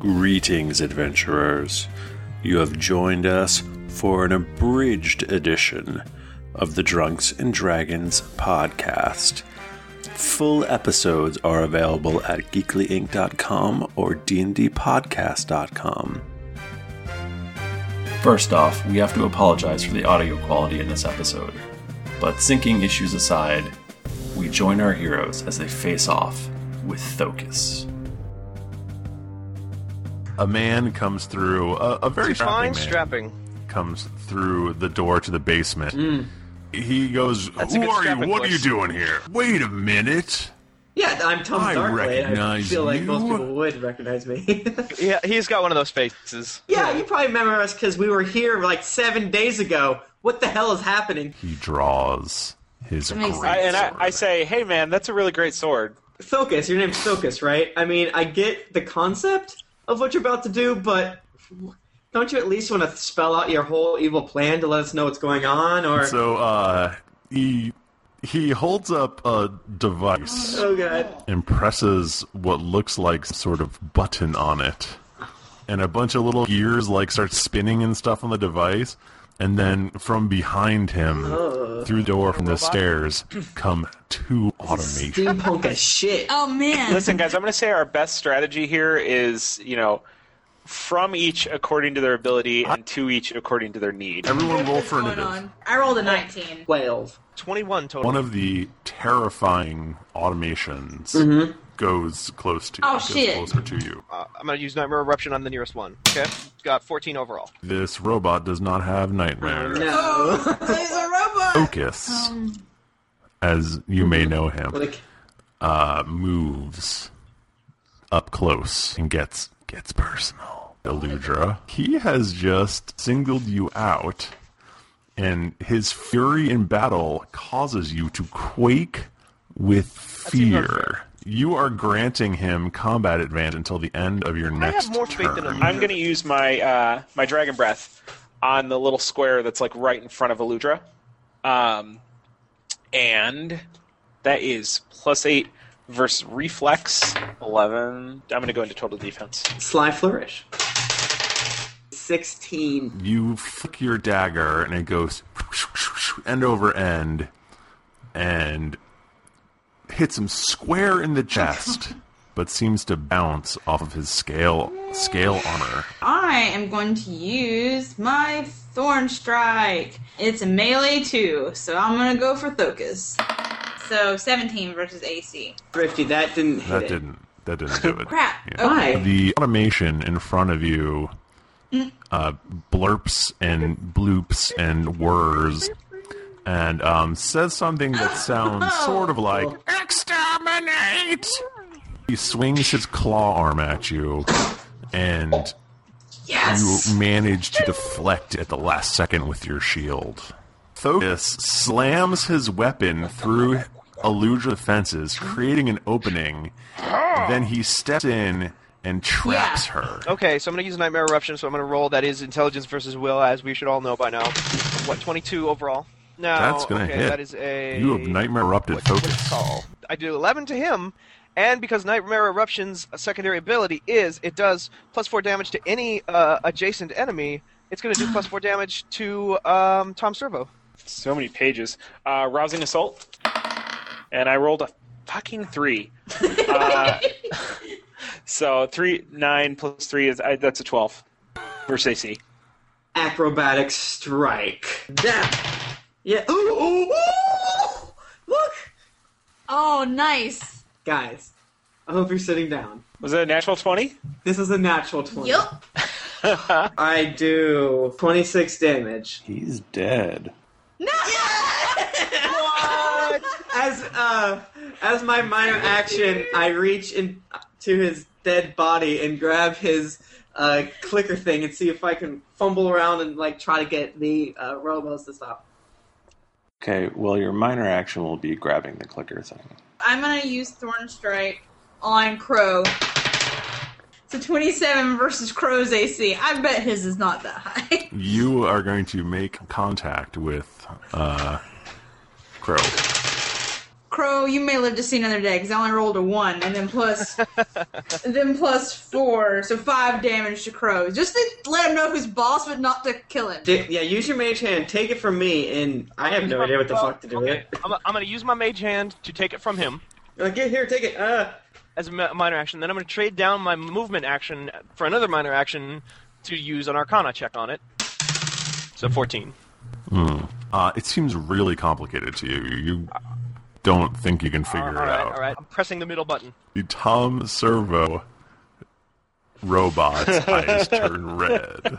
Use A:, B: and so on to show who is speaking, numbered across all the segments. A: Greetings, adventurers. You have joined us for an abridged edition of the Drunks and Dragons podcast. Full episodes are available at geeklyinc.com or dndpodcast.com.
B: First off, we have to apologize for the audio quality in this episode. But syncing issues aside, we join our heroes as they face off with Thokus.
C: a man comes through a, a very strapping
D: Fine
C: man
D: strapping.
C: comes through the door to the basement. He goes,
D: Mm. That's
C: "Who
D: a good
C: are you?
D: strapping
C: What are you
D: voice.
C: doing here? Wait a minute."
E: Yeah, I'm Tom
C: I
E: Darkblade. I
C: recognize
E: feel like
C: you.
E: most people would recognize me.
D: Yeah, he's got one of those faces.
E: yeah, you probably remember us because we were here like seven days ago. What the hell is happening?
C: He draws his
F: makes
C: great
F: sense.
G: I, and I,
C: sword.
G: I say, hey man, that's a really great sword.
E: Focus. Your name's Focus, right? I mean, I get the concept of what you're about to do, but don't you at least want to spell out your whole evil plan to let us know what's going on? Or
C: So uh, he he holds up a device
E: oh god,
C: and presses what looks like some sort of button on it, and a bunch of little gears like start spinning and stuff on the device. And then from behind him, through the door from the stairs, come two automation.
E: steampunk as shit.
F: Oh man.
G: Listen, guys, I'm going to say our best strategy here is, you know, from each according to their ability and to each according to their need.
C: Everyone roll for
F: Going
C: initiative.
F: on. I rolled a 19.
E: Twelve.
D: Twenty-one total.
C: One of the terrifying automations goes close to
F: Mm-hmm. Oh,
C: goes
F: shit.
C: closer to you.
D: Uh, I'm gonna use nightmare eruption on the nearest one. Okay, got fourteen overall.
C: This robot does not have nightmare.
E: No.
F: There's a robot.
C: Focus,
F: Um.
C: as you may know him,
E: like,
C: uh, moves up close and gets gets personal. Eludra, he has just singled you out, and his fury in battle causes you to quake with fear. You are granting him combat advantage until the end of your
D: have
C: next
D: more faith
C: turn.
D: than him.
G: I'm going to use my uh, my dragon breath on the little square that's like right in front of Eludra, um, and that is plus eight versus reflex eleven. I'm going to go into total defense.
E: sly flourish. Sixteen.
C: you flick your dagger and it goes end over end and hits him square in the chest but seems to bounce off of his scale scale armor
F: I am going to use my Thorn Strike. It's a melee too, so I'm going to go for Thokus. So 17 versus AC.
E: Thrifty, that didn't hit
C: that
E: it.
C: didn't that didn't do it
F: Crap.
C: Yeah.
E: Why?
C: the automation in front of you uh, blurps and bloops and whirs and um, says something that sounds sort of like exterminate he swings his claw arm at you and you
F: Yes.
C: manage to deflect at the last second with your shield Thokus slams his weapon through Aludra fences, creating an opening. Then he steps in and traps
F: Yeah.
C: her.
D: Okay, so I'm gonna use nightmare eruption. So I'm gonna roll that is intelligence versus will, as we should all know by now. What twenty-two overall? No,
C: That's gonna
D: okay,
C: hit.
D: That is a
C: You have nightmare erupted
D: what, what do you
C: Thokus.
D: call? I do eleven to him, and because nightmare eruption's secondary ability is it does plus four damage to any uh, adjacent enemy. It's gonna do plus four damage to um, Tom Servo.
G: So many pages. Uh, rousing assault, and I rolled a fucking three. Uh, so three nine plus three is I, that's a twelve versus AC.
E: Acrobatic strike. That. Yeah. Ooh, ooh, ooh! Look,
F: Oh, nice.
E: guys. I hope you're sitting down.
G: Was it a natural twenty?
E: This is a natural twenty.
F: Yup.
E: I do twenty-six damage.
A: He's dead.
F: No.
E: As uh, as my minor action, I reach in to his dead body and grab his uh, clicker thing and see if I can fumble around and like try to get the uh, robos to stop.
A: Okay, well, your minor action will be grabbing the clicker thing.
F: I'm going to use Thorn Strike on Crow. So 27 versus Crow's AC. I bet his is not that high.
C: You are going to make contact with uh, Crow.
F: Crow, you may live to see another day because I only rolled a one, and then plus, then plus four, so five damage to Crow. Just to let him know who's boss, but not to kill him.
E: Di- yeah, use your mage hand. Take it from me, and I have no idea what the fuck to do with
D: Okay,
E: it.
D: I'm, I'm going to use my mage hand to take it from him
E: Like, get here, take it. Uh,
D: as a mi- minor action. Then I'm going to trade down my movement action for another minor action to use an Arcana check on it. So 14.
C: Uh, it seems really complicated to you. You don't think you can figure
D: all
C: it
D: right,
C: out.
D: all right. I'm pressing the middle button.
C: The Tom Servo robot's eyes turn red.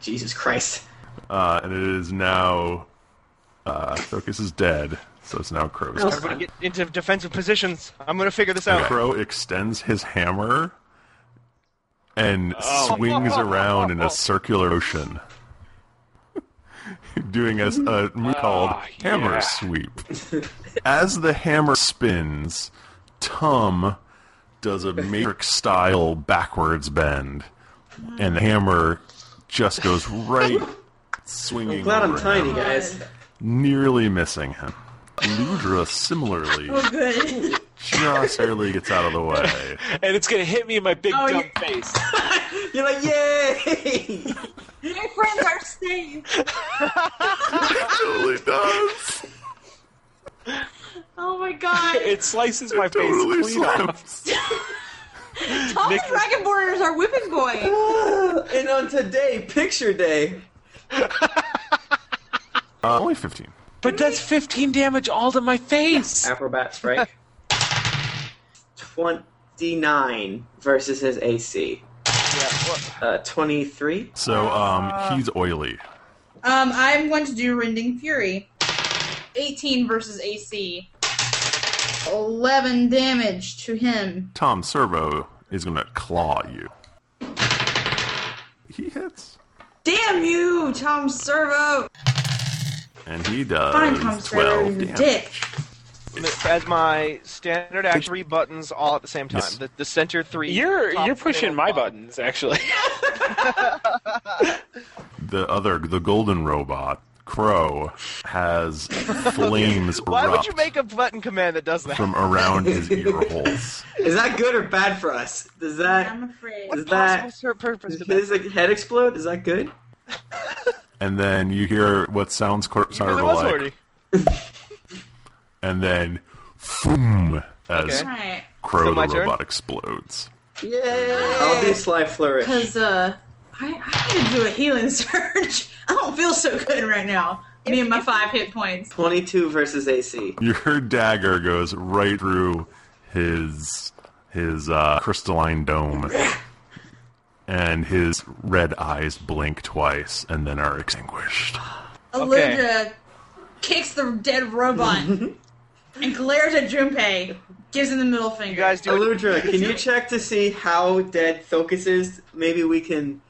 E: Jesus Christ.
C: Uh, and it is now. Uh, Crocus is dead, so it's now Crow's turn.
D: I'm going to get into defensive positions. I'm going to figure this out.
C: Crow extends his hammer and swings around in a circular motion, doing a, a
E: Ah,
C: move called hammer
G: yeah.
C: sweep. As the hammer spins, Tum does a matrix style backwards bend, and the hammer just goes right swinging.
E: I'm glad I'm
C: over
E: tiny,
C: him,
E: guys.
C: nearly missing him. Ludra similarly
F: Oh, good.
C: just barely gets out of the way.
G: And it's gonna hit me in my big
F: Oh,
G: dumb face.
E: You're like, yay!
F: My friends are safe.
C: totally does.
F: Oh my god.
G: It slices my face
C: Totally
G: clean off.
C: slaps.
F: Tom the Dragon Borders are whipping boy.
E: and on today, picture day.
C: Uh, only 15.
G: But that's 15 damage all to my face.
E: Acrobat strike. 29 versus his AC. Uh, 23.
C: So
F: Uh.
C: um, he's oily.
F: Um, I'm going to do Rending Fury. 18 versus AC. 11 damage to him.
C: Tom Servo is going to claw you. He hits.
F: Damn you, Tom Servo!
C: And he
F: Fine, Tom
C: does
F: Servo,
C: 12
F: you
C: damage.
F: dick.
D: As my standard action, three buttons all at the same time.
C: Yes.
D: The, the center three.
G: You're
D: top
G: you're pushing
D: middle,
G: my
D: bottom.
G: buttons actually.
C: The other, the golden robot, Crow, has flames
D: Why
C: erupt
D: would you make a button command that does that?
C: from around his ear holes.
E: Is that good or bad for us? Does
F: I'm
E: that.
F: afraid.
E: Is
D: Possible
E: that.
D: ser- purpose to
E: Does
D: that.
E: his like, head explode? Is that good?
C: And then you hear what sounds cor-
D: It
C: sort of
D: was
C: like,
D: already.
C: and then, boom, as
D: Okay.
F: Alright.
C: Crow
D: So
C: the
D: my turn?
C: robot explodes.
E: I'll do Sly Flourish.
F: Because, uh, I, I need to do a healing surge. I don't feel so good right now. Me and my five hit points.
E: 22 versus AC.
C: Your dagger goes right through his his uh, crystalline dome, and his red eyes blink twice and then are extinguished. Uh,
F: Aludra kicks the dead robot and glares at Junpei, gives him the middle finger.
D: You guys do it.
E: Aludra, can you check to see how dead Focus is? Maybe we can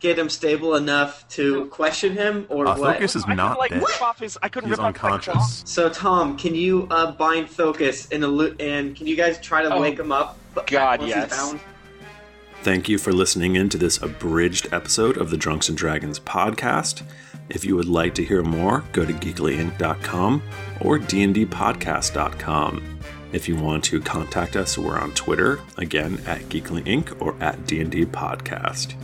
E: get him stable enough to question him or
C: Uh,
E: what?
C: Focus is
D: I
C: not
D: couldn't, like,
C: dead;
D: rip off his. I couldn't
C: he's
D: rip off my claw.
C: unconscious.
E: So Tom, can you uh, bind Focus and allu- and can you guys try to
G: Oh,
E: wake him up? b-
G: God,
E: once he's
G: yes.
E: bound?
A: Thank you for listening in to this abridged episode of the Drunks and Dragons podcast. If you would like to hear more, go to geeklyinc.com or dndpodcast.com. If you want to contact us, we're on Twitter, again at Geekly Inc. or at DND Podcast.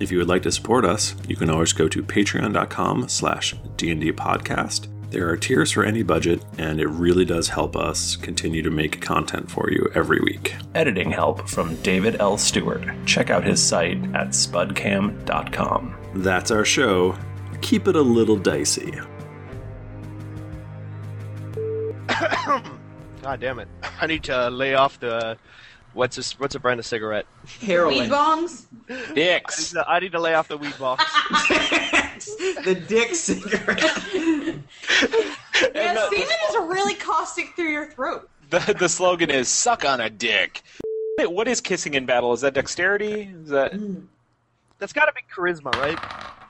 A: If you would like to support us, you can always go to patreon.com slash D&D podcast. There are tiers for any budget, and it really does help us continue to make content for you every week.
B: Editing help from David L. Stewart. Check out his site at spudcam.com.
A: That's our show. Keep it a little dicey.
D: God damn it! I need to lay off the. What's a, what's a brand of cigarette?
F: Weed
E: Heroin.
F: bongs?
D: I need
G: Dicks.
D: to, I need to lay off the weed box.
E: the dick cigarette.
F: Yeah, semen is really caustic through your throat.
G: The the slogan is suck on a dick. Wait, What is kissing in battle? Is that dexterity? Is that
D: Mm. That's got to be charisma, right?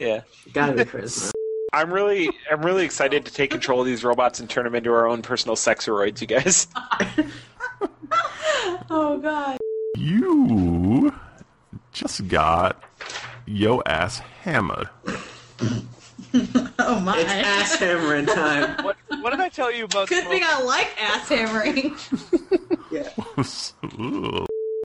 G: yeah?
E: Gotta be charisma.
G: I'm really I'm really excited to take control of these robots and turn them into our own personal sexeroids, you guys.
F: Oh, God.
C: You just got yo ass hammered.
F: Oh, my.
E: It's ass hammering time.
G: What
D: What did I tell you about?
F: Good
D: smoke?
F: thing I like ass hammering.
E: Yeah.
C: Ooh.